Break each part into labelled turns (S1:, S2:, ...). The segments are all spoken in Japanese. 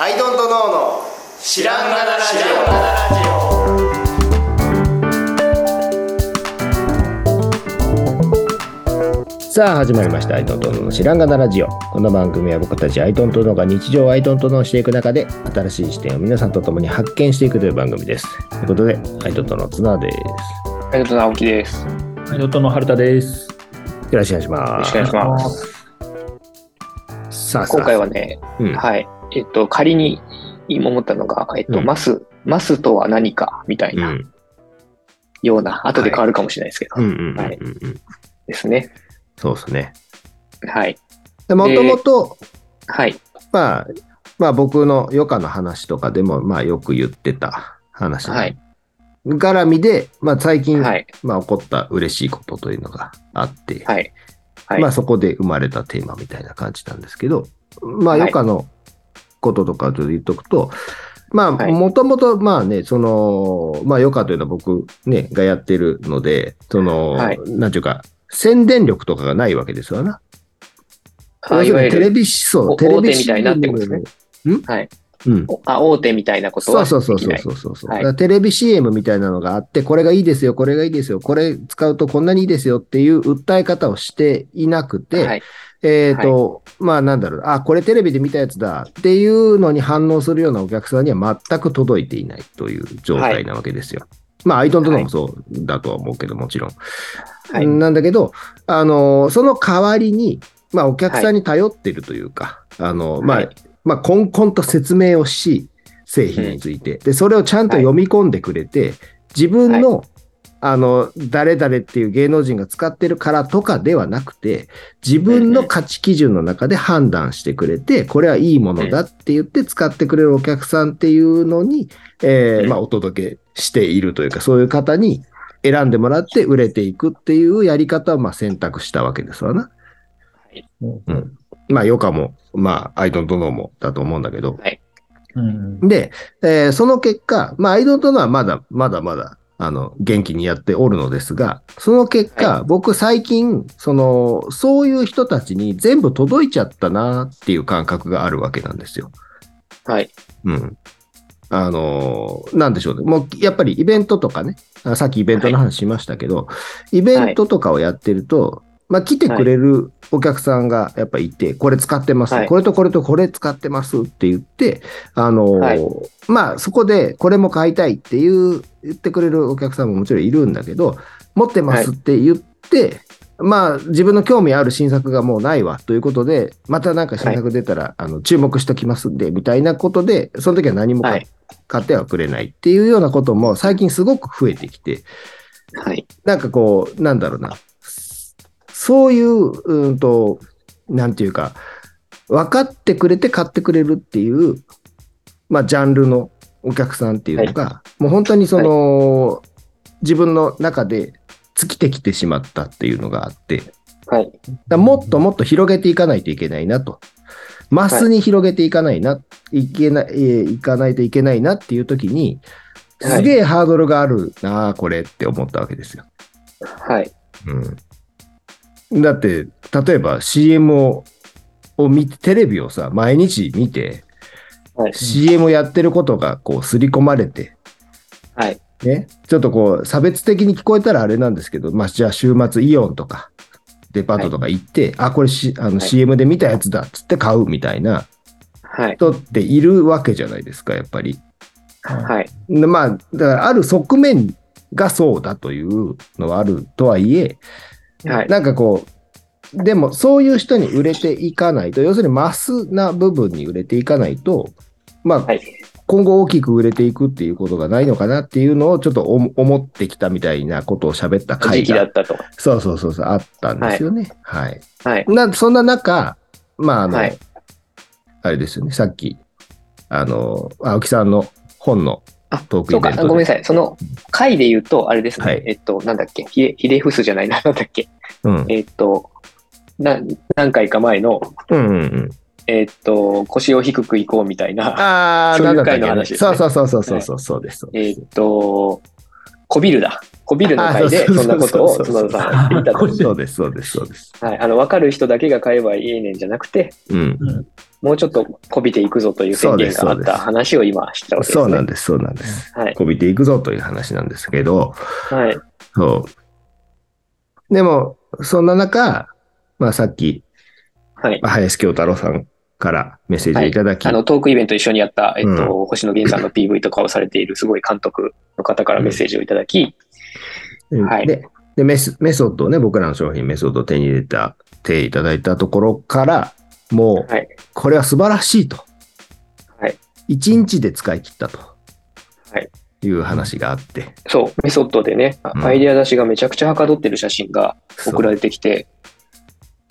S1: アイドントノーの知らんがなラジ
S2: さあ始まりました「アイトントノの知らんがなラジオ」この番組は僕たちアイトントノが日常をアイトントノしていく中で新しい視点を皆さんと共に発見していくという番組ですということでアイトントノの綱ですよ
S3: ありがとうございます。青木です。よ
S4: ヨットの春田です。
S2: ろしくお願いし
S3: ろ
S2: ま
S3: し
S2: す
S3: くお願いします。
S2: すさあさあ
S3: 今回はね、
S2: うん
S3: はい。えっと、仮に今思ったのが、えっと、
S2: うん
S3: マス、マスとは何かみたいうなんような、後で変わるかもしれないですけど、
S2: うんうんうんうんうん、
S3: はいですね。
S2: そうですね
S3: はい。
S2: でもともと
S3: はい。
S2: まあまあ僕の余暇の話とかでもまあよく言ってた話
S3: はい。
S2: 絡みで、まあ、最近、
S3: はい。
S2: まあ、起こった嬉しいことというのがあって、
S3: はい。はい。
S2: まあそこで生まれたテーマみたいな感じなんですけど、まあ
S3: はい
S2: 余暇のこととかちょっと言っとくと、まあ
S3: はい
S2: もともとまあね、その、まあ余暇というのは僕ね、がやってるので、その、
S3: はい
S2: なんていうか、宣伝力とかがないわけですよな。
S3: あいわゆ
S2: テレ
S3: る、
S2: ビ思想、
S3: お
S2: テレビ CM
S3: 大手みたいなってことですね。
S2: ん
S3: はい。
S2: うん。
S3: おあ、大手みたいなこと
S2: そ
S3: は
S2: う
S3: できな
S2: そう
S3: い。
S2: そうそうそうそうそう。
S3: は
S2: だ
S3: い
S2: からテレビ CM みたいなのがあって、これがいいですよ、これがいいですよ、これ使うとこんなにいいですよっていう訴え方をしていなくて、
S3: はい。
S2: えっ、と、まあなんだろう、あ、これテレビで見たやつだっていうのに反応するようなお客さんには全く届いていないという状態なわけですよ。まあ、アイドントノもそうだとは思うけど、もちろん。
S3: はい。
S2: なんだけど、あの、その代わりに、まあお客さんに頼ってるというか、あの、まあ、
S3: はい
S2: まあ、こん こんと説明をし、製品について。で、それをちゃんと読み込んでくれて、自分の、あの、誰々っていう芸能人が使ってるからとかではなくて、自分の価値基準の中で判断してくれて、これはいいものだって言って使ってくれるお客さんっていうのに、え
S3: う
S2: ー
S3: ん
S2: まあ、お届けしているというか、そういう方に選んでもらって売れていくっていうやり方をまあ選択したわけですわな。うん。まあ、余暇も、まあ、アイドントノーもだと思うんだけど、
S4: うん。
S2: で、えーその結果、まあ、アイドントノはまだ、まだまだ、あの、元気にやっておるのですが、その結果、
S3: は
S2: 僕最近、その、そういう人たちに全部届いちゃったなっていう感覚があるわけなんですよ。
S3: はい。
S2: うん。あのーなんでしょうね。もう、やっぱりイベントとかね、あさっきイベントの話しましたけど、イベントとかをやってると、まあ、来てくれるお客さんがやっぱいて、これ使ってます、
S3: はい
S2: これとこれとこれ使ってますって言って、あのー
S3: はい
S2: まあ、そこでこれも買いたいっていう、言ってくれるお客さんももちろんいるんだけど、持ってますって言って、まあ、自分の興味ある新作がもうないわということで、またなんか新作出たら、あの注目しときますんで、みたいなことで、その時は何も買,、
S3: はい
S2: 買ってはくれないっていうようなことも最近すごく増えてきて、
S3: はい。
S2: なんかこう、なんだろうな、そういう、うんと、なんていうか、分かってくれて買ってくれるっていう、まあ、ジャンルのお客さんっていうのが、もう本当にその、自分の中で尽きてきてしまったっていうのがあって、
S3: はい。
S2: だからもっともっと広げていかないといけないなと。マスに広げていかないな、い、けない、えーいかないといけないなっていう時に、
S3: はい
S2: すげえハードルがあるなあ、これって思ったわけですよ。
S3: はい。
S2: うん、だって、例えば CM をを見て、テレビをさ、毎日見て、
S3: はい
S2: CM をやってることがこう、刷り込まれて、
S3: はい。
S2: ね、ちょっとこう、差別的に聞こえたらあれなんですけど、まあ、じゃあ週末イオンとか、デパートとか行って、あ、これ、しあの
S3: はい
S2: CM で見たやつだっつって買うみたいな
S3: はい。
S2: 人っているわけじゃないですか、やっぱり。
S3: はい。
S2: でまあ、だからある側面がそうだというのはあるとはいえ、
S3: はい。
S2: なんかこう、でもそういう人に売れていかないと、要するにマスな部分に売れていかないと、まあ、
S3: はい。
S2: 今後大きく売れていくっていうことがないのかなっていうのをちょっとお思ってきたみたいなことを喋った
S3: 時
S2: 回
S3: 期だ
S2: が
S3: ったと。
S2: そうそうそうそうあったんですよね。はい。
S3: はい。
S2: なそんな中、まああの、
S3: はい
S2: あれですよね、さっき、あの、青木さんの本の
S3: あ、
S2: トーク
S3: そ
S2: イ
S3: う
S2: ベ
S3: か、
S2: ン
S3: あ
S2: ト
S3: ごめん
S2: で
S3: なさい。その回で言うと、あれですね。
S2: はい
S3: えっと、なんだっけ。ひれ、ひれふすじゃないな。なんだっけ。
S2: うん
S3: えっと、な何回か前の、
S2: うんうんうん。
S3: えっと、腰を低くいこうみたいな、
S2: ああ、
S3: そ
S2: な
S3: うい
S2: ん
S3: う
S2: だったっけ
S3: 回の
S2: ね
S3: 話です
S2: そう
S3: ね
S2: そうそうそうそうそう、そうです。そうです
S3: えっと、こびるだ。こびるの回
S2: あ
S3: で、
S2: そうそ
S3: そ
S2: うんそ
S3: な
S2: う
S3: こと
S2: そ
S3: を
S2: う
S3: 角田さんは言っていた
S2: そう
S3: と。
S2: です、そうです、そうです。
S3: はい、あの、わかる人だけが買えばいいねんじゃなくて、
S2: うん。
S3: もうちょっとこびていくぞという宣言があ
S2: そう
S3: っ
S2: ですそう
S3: た
S2: です
S3: 話を今してたわけですね。
S2: そうなんです、そうなんです。
S3: はい。
S2: こびていくぞという話なんですけど、
S3: はい。
S2: そう。でも、そんな中、まあさっき、
S3: はい。
S2: 林京太郎さんからメッセージをいただき、
S3: あの、トークイベント一緒にやった、えっと、
S2: う
S3: 星野源さんの PV とかをされているすごい監督の方からメッセージをいただき、
S2: うん
S3: はい
S2: ででメス、メソッドをね、僕らの商品メソッドを手に入れた、手いただいたところから、もう、
S3: はい
S2: これは素晴らしいと。
S3: はい
S2: 一日で使い切ったと。
S3: はい
S2: い。う話があって。
S3: そう、メソッドでね、あ
S2: うん
S3: アイデア出しがめちゃくちゃはかどってる写真が
S2: そう
S3: 送られてきて、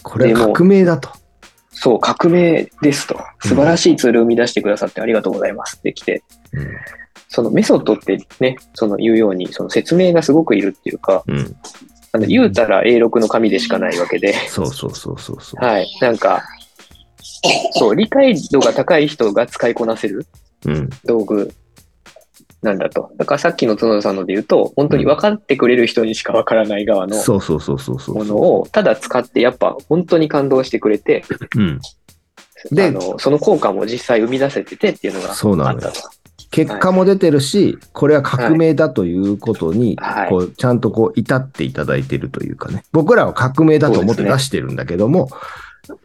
S2: これ
S3: で
S2: は
S3: も
S2: 革命だと。
S3: そう、革命ですと。素晴らしいツールを生み出してくださってありがとうございますってきて、そのメソッドってね、その言うように、その説明がすごくいるっていうか、
S2: うん。うん
S3: あの言うたら A6 の紙でしかないわけで、
S2: そうそうそうそうそう。
S3: はい、なんか、そう、理解度が高い人が使いこなせる
S2: うん。
S3: 道具なんだと。だからさっきの角田さんので言うと、本当に分かってくれる人にしか分からない側の
S2: そうそうそうそうそう。
S3: ものを、ただ使って、やっぱ本当に感動してくれて、
S2: うん。で
S3: あのその効果も実際生み出せててっていうのが
S2: そうな
S3: あっ
S2: の
S3: た
S2: よ
S3: と。
S2: 結果も出てるし、これは革命だということに、
S3: はい
S2: こうちゃんとこう至っていただいてるというかね、僕らは革命だと思って出してるんだけども、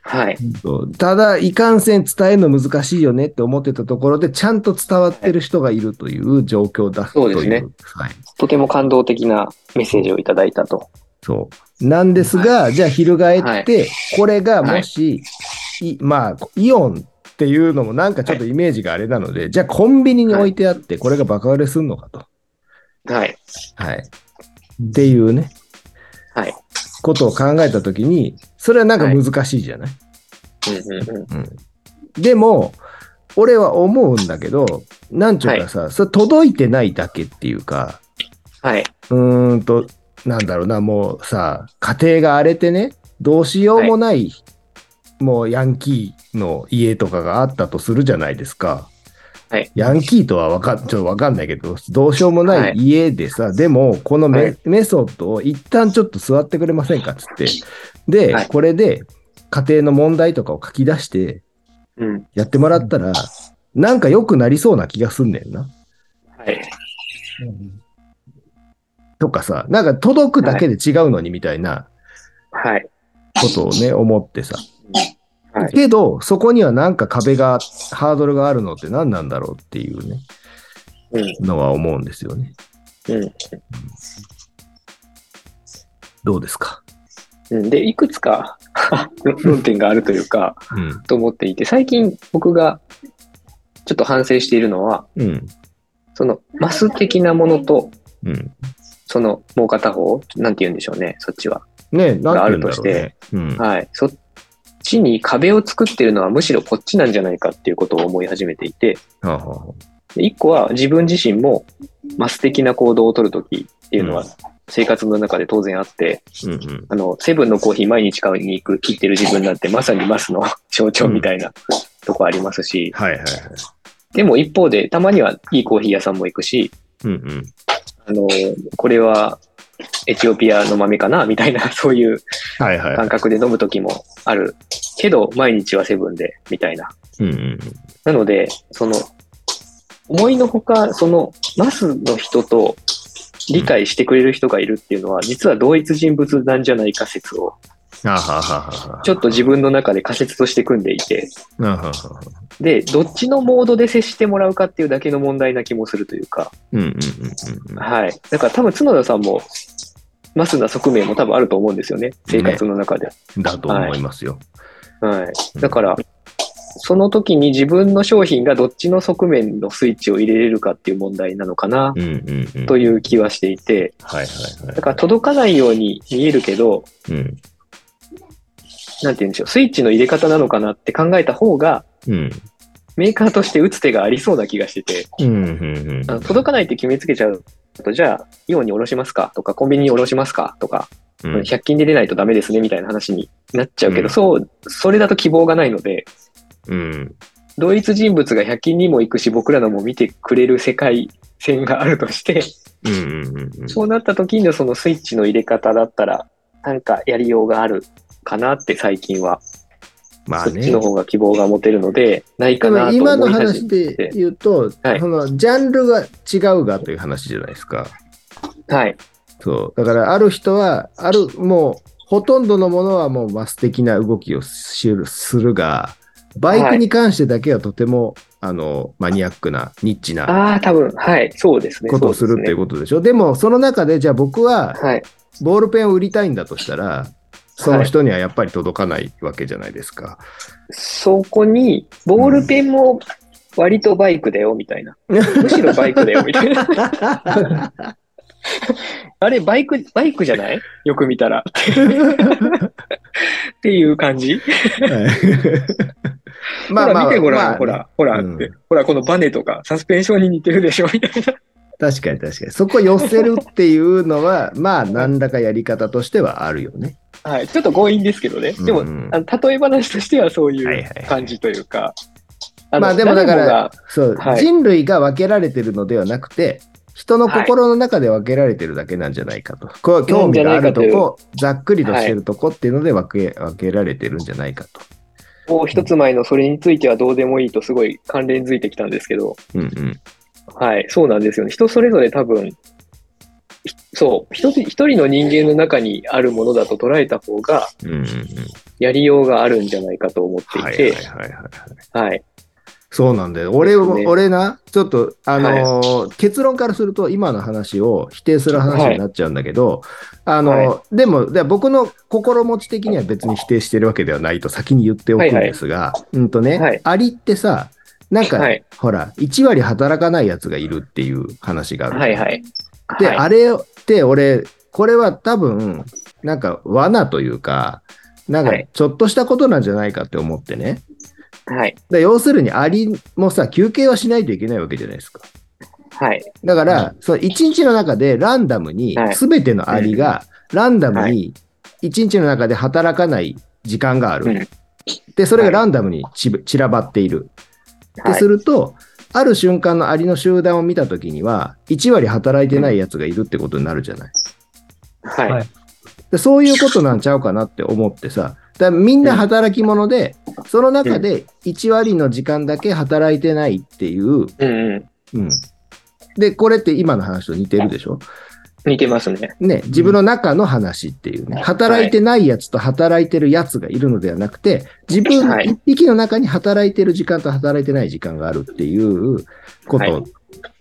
S3: はい。
S2: そうただ、いかんせん伝えるの難しいよねって思ってたところで、ちゃんと伝わってる人がいるという状況だ
S3: そ
S2: と
S3: う
S2: い
S3: で
S2: う。
S3: すね
S2: はい、
S3: とても感動的なメッセージをいただいたと。
S2: そう。なんですが、じゃあ、翻って、これがもし、いまあ、イオンっていうのもなんかちょっとイメージがあれなので、じゃあ、コンビニに置いてあって、これが爆売れすんのかと。
S3: はい。
S2: はい。っていうね、
S3: はい。
S2: ことを考えたときに、それはなんか難しいじゃない、
S3: うんうんうん。
S2: でも、俺は思うんだけど、なんちゅうかさ、それ届いてないだけっていうか、
S3: はい。
S2: うーんと、なんだろうな、もうさ、家庭が荒れてね、どうしようもない、もうヤンキーの家とかがあったとするじゃないですか。
S3: はい
S2: ヤンキーとはわかんちょっとわかんないけど、どうしようもない家でさ、でも、このメ,、
S3: はい
S2: メソッドを一旦ちょっと座ってくれませんかっつって。で、
S3: はい
S2: これで家庭の問題とかを書き出して
S3: うん。
S2: やってもらったら、なんか良くなりそうな気がすんねんな。
S3: はい。
S2: とかさ、なんか届くだけで違うのにみたいな、
S3: はい。
S2: ことをね、思ってさ。
S3: はい。
S2: けど、そこにはなんか壁が、ハードルがあるのって何なんだろうっていうね、
S3: うん。
S2: のは思うんですよね。
S3: うん
S2: どうですか
S3: うん。で、いくつか 論点があるというか、
S2: うん。
S3: と思っていて、最近僕がちょっと反省しているのは、
S2: うん。
S3: そのマス的なものと、
S2: うん。
S3: そのもう片方、なんて言うんでしょうね、そっちは。
S2: ねえ、なんて言うんだろう
S3: があ
S2: ね。うん。
S3: はい。そっちに壁を作ってるのはむしろこっちなんじゃないかっていうことを思い始めていて、
S2: はあはあはあ
S3: で一個は自分自身もマス的な行動を取るときっていうの
S2: う
S3: は
S2: ん
S3: 生活の中で当然あって、
S2: うんうん。
S3: あの、セブンのコーヒー毎日買いに行く、切ってる自分なんてまさにマスの 象徴みたいなとこありますし、
S2: はいはいはい。
S3: でも一方でたまにはいいコーヒー屋さんも行くし、
S2: うんうん。
S3: あの、これはエチオピアの豆かなみたいな、そういう
S2: はいはいは
S3: 感
S2: い。
S3: 覚で飲むときもあるけど、毎日はセブンで、みたいな。
S2: うんうん。
S3: なので、その、思いのほか、その、マスの人と理解してくれる人がいるっていうのは、実は同一人物なんじゃないか説を、
S2: はあはあはあはあ
S3: ちょっと自分の中で仮説として組んでいて、
S2: はあはあはあ
S3: で、どっちのモードで接してもらうかっていうだけの問題な気もするというか、
S2: うんうんうんうんうん。
S3: はい。だから多分角田さんも、マスな側面も多分あると思うんですよね、生活の中で。
S2: だと思いますよ。
S3: はい。だから、その時に自分の商品がどっちの側面のスイッチを入れれるかっていう問題なのかな
S2: う、んうんうん。。
S3: というう気はしていて、
S2: はいはいはい。
S3: だから届かないように見えるけど、
S2: うん。
S3: なんて言うんでしょう、スイッチの入れ方なのかなって考えた方が、
S2: うん。
S3: メーカーとして打つ手がありそうな気がしてて、
S2: うんうんうん。
S3: あの届かないって決めつけちゃうと、じゃあ、イオンにおろしますかとか、コンビニにおろしますかとか、
S2: うん
S3: 100均で出ないとダメですねみたいな話になっちゃうけど、
S2: うん
S3: そう、それだと希望がないので、
S2: うん。
S3: 同一人物が100均にも行くし、僕らのも見てくれる世界線があると して、
S2: うんうんうんうん。
S3: そうなった時のそのスイッチの入れ方だったら、なんかやりようがあるかなって最近は
S2: まあ
S3: そっち
S2: ね
S3: の。方が希望が持てるので、ない
S2: で
S3: か
S2: も
S3: なと思い
S2: 今の
S3: 始
S2: 話
S3: め
S2: で言うと、
S3: はい
S2: そのジャンルが違うがという話じゃないですか。
S3: はい。
S2: そう。だから、ある人は、ある、もう、ほとんどのものはもうマス的な動きをするするが、バイクに関してだけはとても、あの、マニアックな、ニッチな
S3: ああ、多分、はい、そうですね。
S2: ことをするっていうことでしょ。でも、その中で、じゃあ僕は
S3: そうですねはい。
S2: ボールペンを売りたいんだとしたら、その人にはやっぱり届かないわけじゃないですか。
S3: そこに、ボールペンも割とバイクだよ、みたいな。むしろバイクだよ、みたいな。 あれ、バイク、バイクじゃないよく見たら。っていう感じ。
S2: はい
S3: まあ、見てごらん、ほ。ら、ほら、
S2: うん
S3: ってほら、このバネとか、サスペンションに似てるでしょ、みたいな。
S2: 確かに確かに。そこ寄せるっていうの は、まあ、何らかやり方としてはあるよね。
S3: はい、ちょっと強引ですけどね。でも、
S2: うん
S3: あの例え話としてはそうい
S2: はいは
S3: う
S2: いはい
S3: 感じというか。
S2: まあでもだから
S3: ら、
S2: そう、
S3: はい
S2: 人類が分けられてるのではなくて、人の心の中で分けられてるだけなんじゃないかと。こう興味があると
S3: なんじゃな
S2: こ、ざっくりとしてるとこっていうので分け分けられてるんじゃないかと。
S3: もう一つ前のそれについてはどうでもいいとすごい関連づいてきたんですけど、
S2: うんうん。
S3: はい、そうなんですよね。人それぞれ多分、ひそう、一つ一人の人間の中にあるものだと捉えた方が、
S2: うんうんうん。
S3: やりようがあるんじゃないかと思ってい
S2: はいはい
S3: て、
S2: はいはいはい。
S3: はい、
S2: そうなんだよ。俺
S3: です
S2: も、
S3: ね
S2: 俺な、ちょっと、あのー結論からすると、今の話を否定する話になっちゃうんだけど、あのーでも、で僕の心持ち的には別に否定してるわけではないと先に言っておくんですが、うんとね、
S3: はい
S2: アリってさ、なんか、
S3: はい
S2: ほら、1割働かないやつがいるっていう話がある。
S3: はい、はい。
S2: で、
S3: はい
S2: あれって俺、これは多分、なんか罠というか、なんか
S3: はい
S2: ちょっとしたことなんじゃないかって思ってね。
S3: はい、
S2: だから要するにアリもさ、休憩はしないといけないわけじゃないですか。
S3: はい、
S2: だから、
S4: は
S2: その一日の中でランダムに
S3: はい、
S2: すべてのアリがランダム
S3: は
S2: に、一日の中で働かない時間がある。
S3: うん
S2: で、それが
S3: はい
S2: ランダムにちぶ散らばっている。って
S3: はい
S2: すると、ある瞬間のアリの集団を見たときには、1割働いてないやつがいるってことになるじゃない。
S3: はい、
S4: はい
S2: でそういうことなんちゃうかなって思ってさ、だからみんな働き者で、その中で1割の時間だけ働いてないっていう、
S3: うんうん、
S2: うん。で、これって今の話と似てるでしょ
S3: 似てますね。
S2: ね、自分の中の話っていうね、働いてないやつと働いてるやつがいるのではなくて、自分
S3: はい
S2: 一匹の中に働いてる時間と働いてない時間があるっていうこ
S3: は
S2: と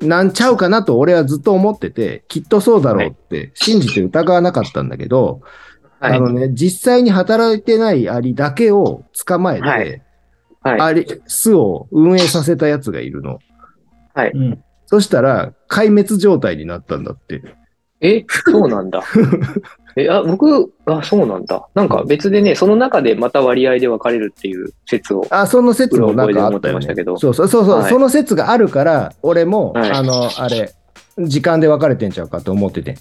S2: なんちゃうかなと俺はずっと思ってて、きっとそうだろうって信じて疑わなかったんだけど、
S3: はい
S2: あ、のね、実際に働いてないアリだけを捕まえて、
S3: はいはい、
S2: アリ、巣を運営させたやつがいるの。
S4: うん。
S2: そしたら、壊滅状態になったんだって。
S3: え、そうな んだ。え、あ、僕、あ、そうなんだ。なんか別でね、その中でまた割合で分かれるっていう説を。
S2: あ、その説もなんかあ
S3: うろ
S2: っ
S3: 覚
S2: た
S3: えで
S2: よ
S3: 思ってま
S2: ね
S3: したけ。ど
S2: そうそうそうそう、
S3: はい
S2: その説があるから、俺も、
S3: はい
S2: あの、あれ、時間で分かれてんちゃうかと思ってて。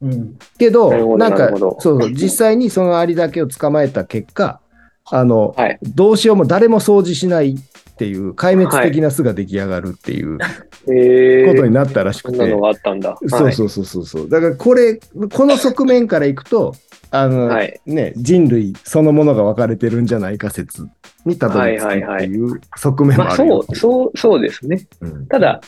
S4: うん。
S2: けど、
S3: なるほど
S2: なん
S3: な
S2: か
S3: るほど
S2: そうそう、実際にそのアリだけを捕まえた結果、あの、
S3: はい。
S2: どうしようも誰も掃除しないっていう、壊滅的な巣が出来上がるっていうこ
S3: えー、
S2: とになったらしく
S3: そん
S2: て。
S3: なのがあったんだ。
S2: そうそうそうそうそう。だからこれ、この側面からいくと、あの、
S3: はい
S2: ね、人類そのものが分かれてるんじゃないか説にたどり着くっ
S3: は
S2: て
S3: いはいはい
S2: いう側面も
S3: まあ、
S2: あるよ
S3: そ、う、そう、そうですね。
S2: うん
S3: ただ、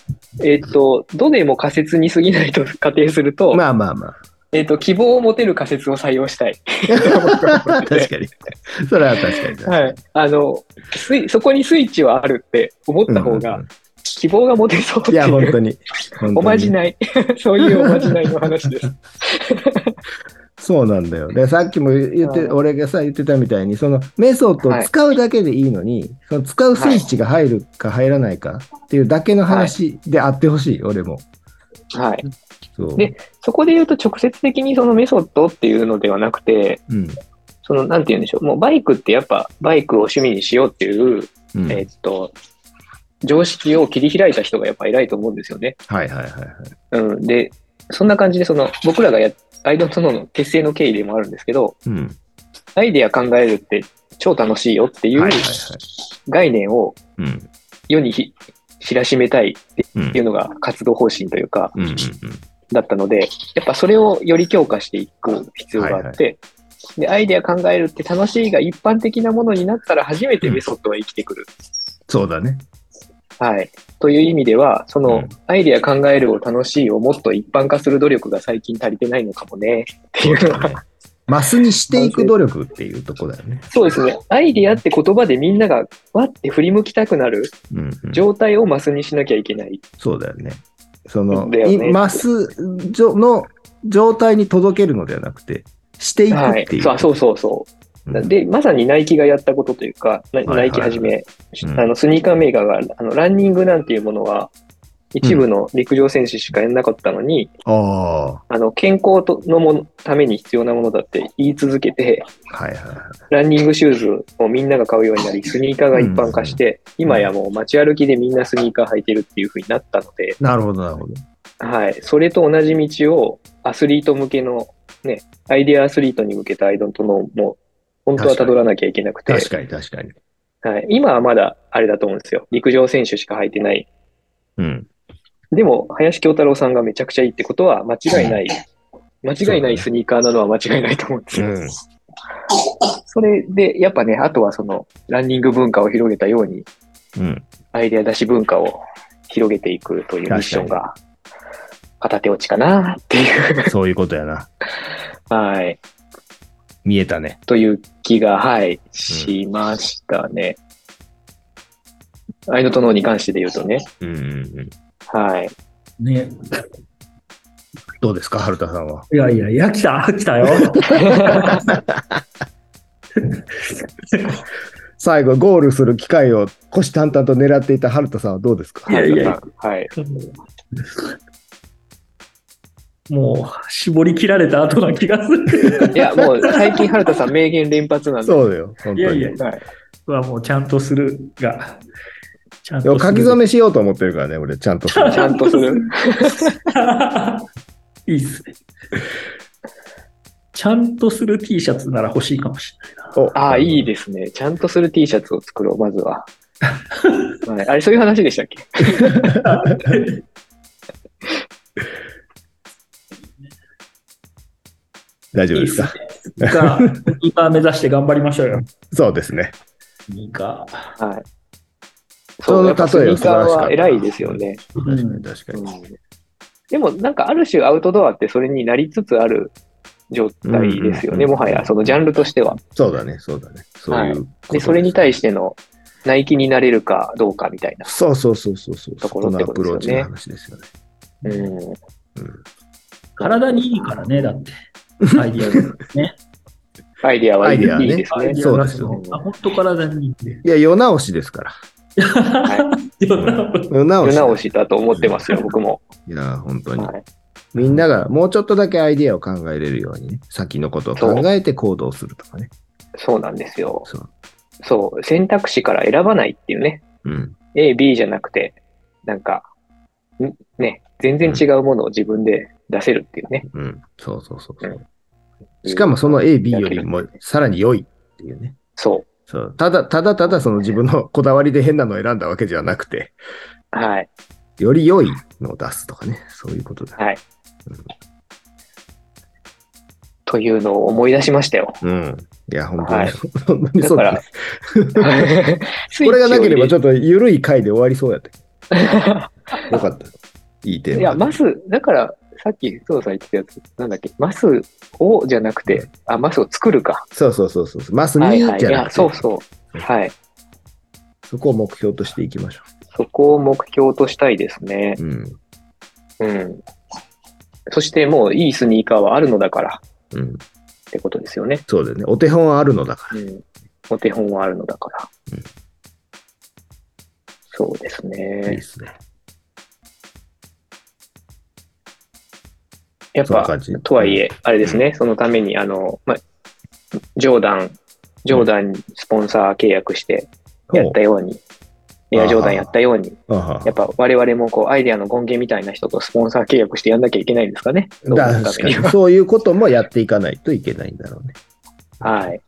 S3: えっ、と、どれも仮説に過ぎないと 仮定すると、
S2: まあまあま
S3: えっ、と、希望を持てる仮説を採用したい。
S2: あ。確かに。それは確かに。
S3: はい。あの、スイそこにスイッチはあるって思った方
S2: うん
S3: が
S2: うん、
S3: 希望が持てそうって
S2: いや、本
S3: い
S2: 当
S3: う。
S2: に。本当に
S3: おまじない。 そういうおまじないの 話です。
S2: そうなんだよ。で、さっきも言って、
S3: うん
S2: 俺がさ、言ってたみたいに、そのメソッドを使うだけでいいのに、その使うスイッチが入るか入らないかっていうだけの話であってほしい、俺も。
S3: はい。
S2: そう。
S3: でそこで言うと直接的にそのメソッドっていうのではなくて、
S2: うん。
S3: その、なんて言うんでしょう。もうバイクってやっぱバイクを趣味にしようっていう、
S2: うん
S3: えっと、常識を切り開いた人がやっぱ偉いと思うんですよね。
S2: はいはいはいはい。
S3: うん。で、そんな感じで、その、僕らがや、アイドントノーの結成の経緯でもあるんですけど、
S2: うん。
S3: アイデア考えるって超楽しいよっていう
S2: はいはい
S3: 概念を
S2: はい。うん。
S3: 世にひ知らしめたいっ
S2: うん
S3: ていうのが活動方針というか、
S2: うんうん
S3: だったので、やっぱそれをより強化していく必要があって、で、アイデア考えるって楽しいが一般的なものになったら初めてメソッドは生きてくる。
S2: そうだね。
S3: はい。という意味では、そうの
S2: ん、
S3: アイデア考えるを楽しいをもっと一般化する努力が最近足りてないのかもね。っていうのは
S2: マスにしていく努力っていうとこだよね。
S3: そうですね。アイデアって言葉でみんながわって振り向きたくなる
S2: うん、うん。
S3: 状態をマスにしなきゃいけない。
S2: そうだよね。その、
S3: だよね
S2: いマスじょの状態に届けるのではなくて、していく
S3: は
S2: っ
S3: い
S2: てい。う。
S3: そうそうそうそう。
S2: うん
S3: で、まさにナイキがやったことというか、ナイ
S2: はい
S3: ナイキはじめ、
S2: うん
S3: あのスニーカーメーカーがあのランニングなんていうものは、一部の陸上選手しかやんなかったのに、
S2: あ
S3: あの健康とのものために必要なものだって言い続けて、
S2: あ、はいはいはい。
S3: ランニングシューズをみんなが買うようになり、スニーカーが一般化して、今やもう街歩きでみんなスニーカー履いてるっていう風になったので、
S2: なるほど、なるほど。
S3: はい、それと同じ道をアスリート向けの、ね、アイデアアスリートに向けたアイドントのも、本当は辿らなきゃいけなくて、
S2: 確かに確かに。
S3: はい、今はまだあれだと思うんですよ。陸上選手しか履いてない。
S2: うん。
S3: でも、林京太郎さんがめちゃくちゃいいってことは間違いない。間違いないスニーカーなのは間違いないと思うんです
S2: う
S3: よ。
S2: ん。
S3: それで、やっぱね、あとはその、ランニング文化を広げたように、
S2: うん。
S3: アイデア出し文化を広げていくというミッションが、片手落ちかなっていう、
S2: そういうことやな。
S3: はい、
S2: 見えたね。
S3: という気が、はい、しましたね。アイドと脳に関してで言うとね、
S2: うんうんうん。
S3: はい。
S4: ね。
S2: どうですか、春田さんは。
S4: いやいや、いや、来た、来たよ。
S2: 最後、ゴールする機会を虎視眈々と狙っていた春田さんはどうですか
S4: いやいや、
S3: はい。
S4: もう、絞り切られた後な気がする。
S3: いや、もう最近、春田さん、名言連発なんで。
S2: そうだよ、本当に。
S4: いやいや、
S3: はい、
S4: はもうちゃんとするが、ちゃん
S2: でも
S4: と
S2: 書き初めしようと思ってるからね、俺、ちゃんと する。
S3: ちゃんと する。
S4: め。いいっすね。ちゃんとする T シャツなら欲しいかもしれないな。
S3: ああ、いい
S2: で。
S3: ですね。ちゃんとする T シャツを作ろう、まず は。はい、あれ、そういう話でしたっけ
S2: 大丈夫
S4: いい
S2: で
S4: っ
S2: す
S4: すね
S2: か。
S4: が、ニーカー目指して頑張りましょうよ。
S2: そうですね。
S4: ニーカー。
S3: はい。
S2: そ
S3: そう、
S2: の
S3: やっぱス
S2: 例え
S3: ニ
S2: は
S3: ー
S2: 素晴
S3: カ
S2: ら
S3: ー
S2: しかった
S3: は偉いですよね。
S4: うん
S2: 確かに確か
S3: う
S2: に。
S3: んでも、なんか、ある種、アウトドアってそれになりつつある状態ですよね、
S2: うん
S3: もはや、そのジャンルとしては。
S2: そうだね、そうだね。そういうこと
S3: で、それに対
S2: して。
S3: しての、ナイキになれるかどうかみたいな。
S2: そうそうそうそうそう。
S3: と
S2: そ
S3: こ
S2: こ
S3: ろっ
S2: の
S3: て
S2: ア
S3: こ
S2: プ
S3: と
S2: ロー
S3: で
S2: チ
S3: すよね
S2: の話ですよね。
S3: うん。
S2: うん
S4: 体にいいからね、だ って。アイディアが。ね。
S3: アイディアはいい
S2: アイデアね
S3: いいです
S4: アイデ
S3: ね。
S4: ィアが
S2: そうです
S4: あ、本当体にいいん で。
S2: いや、世直しですから。
S4: いろんなこと
S2: 世直
S3: 世
S2: し。
S3: 直しだと思ってますよ、僕も。
S2: いや、本当に。
S3: はい
S2: みんながもうちょっとだけアイデアを考えれるようにね、先のことを考えて行動するとかね。
S3: そうなんですよ。
S2: そう。
S3: そう、選択肢から選ばないっていうね。
S2: うん。
S3: A、B じゃなくて、なんか、んね、全然違うものを自分で出せるっていうね。
S2: うん。そうそうそうそうう。しかもその A、B よりもさらに良いっていうね。
S3: そう。
S2: そう。ただ、ただただその自分のこだわりで変なのを選んだわけじゃなくて、
S3: はい。
S2: より良いのを出すとかね。そういうことだ。
S3: はい
S2: うん。
S3: というのを思い出しましたよ。
S2: うん。いや、 本当
S3: は
S2: に
S3: い。
S2: 本当に
S3: だ
S2: そう
S3: か
S2: だ
S3: ら
S2: ね。、
S3: こ
S2: これがなければち
S3: ょ
S2: ょっと緩い回で終わりそうやったけ
S3: っ
S2: ど。よかった。いいテーマ。
S3: と。いや、マス、だから、さっき、そうさん言ってたやつ、なんだっけ、マスをじゃなくて、あ、マスを作るか。
S2: そうそうそうそう。マス
S3: はい
S2: 2
S3: はい。い
S2: じゃな
S3: や、
S2: くて、
S3: そうそう。はい。
S2: そこを目標としていきましょ
S3: そこを目標としたいですね
S2: う。。うん。
S3: うん。そしてもういいスニーカーはあるのだから
S2: うん。
S3: ってことですよね。
S2: そうだよね。お手本はあるのだから。
S3: うん。お手本はあるのだから。
S2: うん
S3: そうです
S2: いいで
S3: ね。
S2: すね。
S3: やっ
S2: そんな
S3: ぱ
S2: 感、じ。
S3: とはいえ、あれですね、そのために、あの、ま、ジョーダン、ジョーダンにスポンサー契約して
S2: うん、
S3: やったように、
S2: お
S3: エアジョーダンやったように、
S2: あは
S3: やっぱ我々もこう、アイデアの権限みたいな人とスポンサー契約してやんなきゃいけないんですかね。どう
S2: だ
S3: なる
S2: 確
S3: た
S2: か
S3: めに
S2: に
S3: は。
S2: そういうこともやっていかないといけないんだろうね。
S3: はい。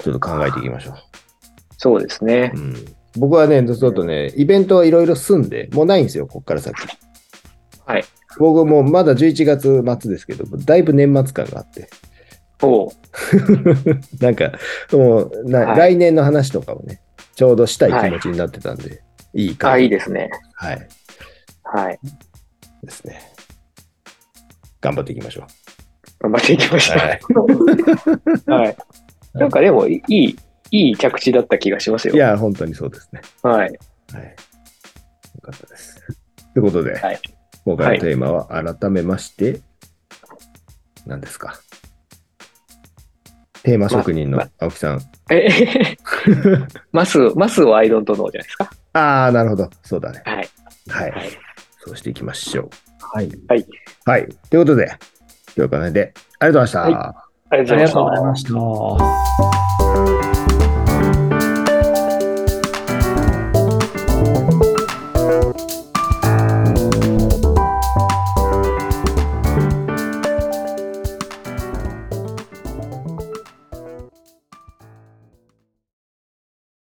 S2: ちょっと考えていきましょう。
S3: そうですね。
S2: うん、僕はね、ちょっとね、イベントはいろいろ済んで、もうないんですよ、こっから先。
S3: はい。
S2: 僕もうまだ11月末ですけど、だいぶ年末感があって、
S3: おう
S2: なんか、もうな、
S3: はい
S2: 来年の話とかをね、ちょうどしたい気持ちになってたんで、い、いか
S3: あ、いいですね。
S2: はい。
S3: はい。
S2: ですね。頑張っていきましょ
S3: 頑張っていきまし
S2: う。はい。
S3: た。はい。なんかでも、いい、いい着地だった気がしますよ。
S2: いや、本当にそうですね。
S3: はい。
S2: はい。よかったです。ということで、
S3: はい
S2: 今回のテーマは改めまして、何ですかテーマ職人の
S3: ま
S2: 青木さん。
S3: え、 マス、マスをアイドントノーじゃないですか。
S2: ああ、なるほど。そうだね。
S3: はい。
S2: はい。
S3: はい
S2: そうしていきましょう。
S4: はい。
S3: はい。
S2: はい。ということで、今日はこの辺で、ありがとうございました。
S3: はありが
S4: あ
S3: とう
S4: り
S3: ご
S4: が
S3: ざい
S4: とうご
S3: ま
S4: ざ
S3: し
S4: い
S3: た
S4: ま。した。